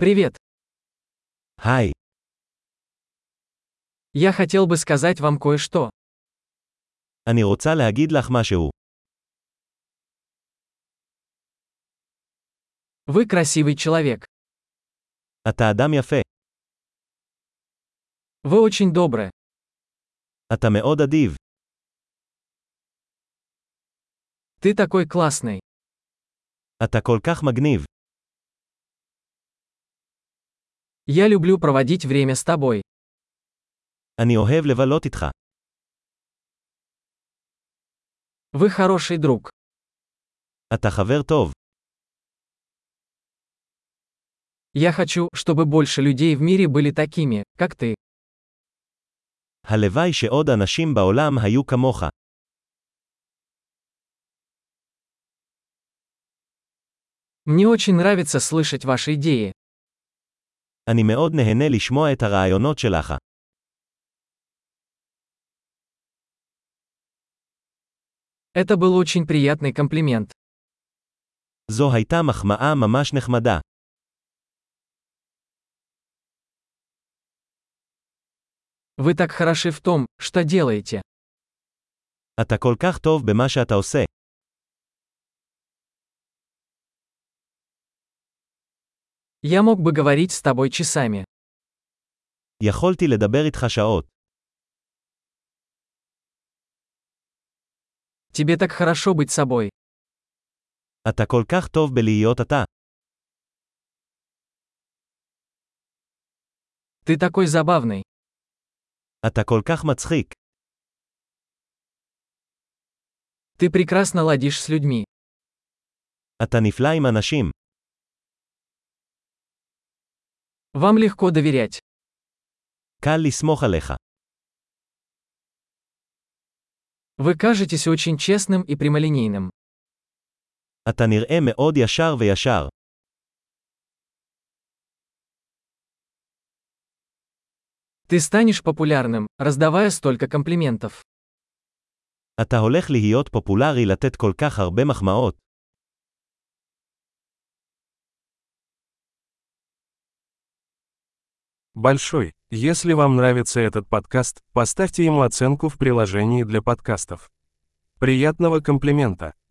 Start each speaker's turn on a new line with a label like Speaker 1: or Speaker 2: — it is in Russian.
Speaker 1: Привет.
Speaker 2: Hi,
Speaker 1: Я хотел бы сказать вам кое-что.
Speaker 2: אני רוצה להגיד לך משהו.
Speaker 1: Вы красивый человек.
Speaker 2: אתה אדם יפה.
Speaker 1: Вы очень добры.
Speaker 2: אתה מאוד אדיב.
Speaker 1: Ты такой классный.
Speaker 2: אתה כל כך מגניב.
Speaker 1: Я люблю проводить время с тобой.
Speaker 2: אני אוהב לבלות איתך.
Speaker 1: Вы хороший друг.
Speaker 2: אתה חבר טוב.
Speaker 1: Я хочу, чтобы больше людей в мире были такими, как ты.
Speaker 2: הלוואי שעוד אנשים בעולם היו כמוך.
Speaker 1: Мне очень нравится слышать ваши идеи.
Speaker 2: אני מאוד נהנה לשמוע את הרעיונות שלך.
Speaker 1: Это был очень приятный комплимент.
Speaker 2: זו הייתה מחמאה ממש נחמדה.
Speaker 1: Вы так хороши в том, что делаете.
Speaker 2: אתה כל כך טוב במה שאתה עושה.
Speaker 1: Я мог бы говорить с тобой часами.
Speaker 2: יכולתי לדבר איתך שעות.
Speaker 1: Тебе так хорошо быть собой.
Speaker 2: אתה כל כך טוב בלהיות אתה.
Speaker 1: Ты такой забавный.
Speaker 2: אתה כל כך מצחיק.
Speaker 1: Ты прекрасно ладишь с людьми.
Speaker 2: אתה נפלא עם אנשים.
Speaker 1: Вам легко доверять.
Speaker 2: קל לסמוך עליך.
Speaker 1: Вы кажетесь очень честным и прямолинейным.
Speaker 2: אתה נראה מאוד ישר וישר.
Speaker 1: Ты станешь популярным, раздавая столько комплиментов.
Speaker 2: אתה הולך להיות פופולרי לתת כל כך הרבה מחמאות.
Speaker 3: Большой, если вам нравится этот подкаст, поставьте ему оценку в приложении для подкастов. Приятного комплимента!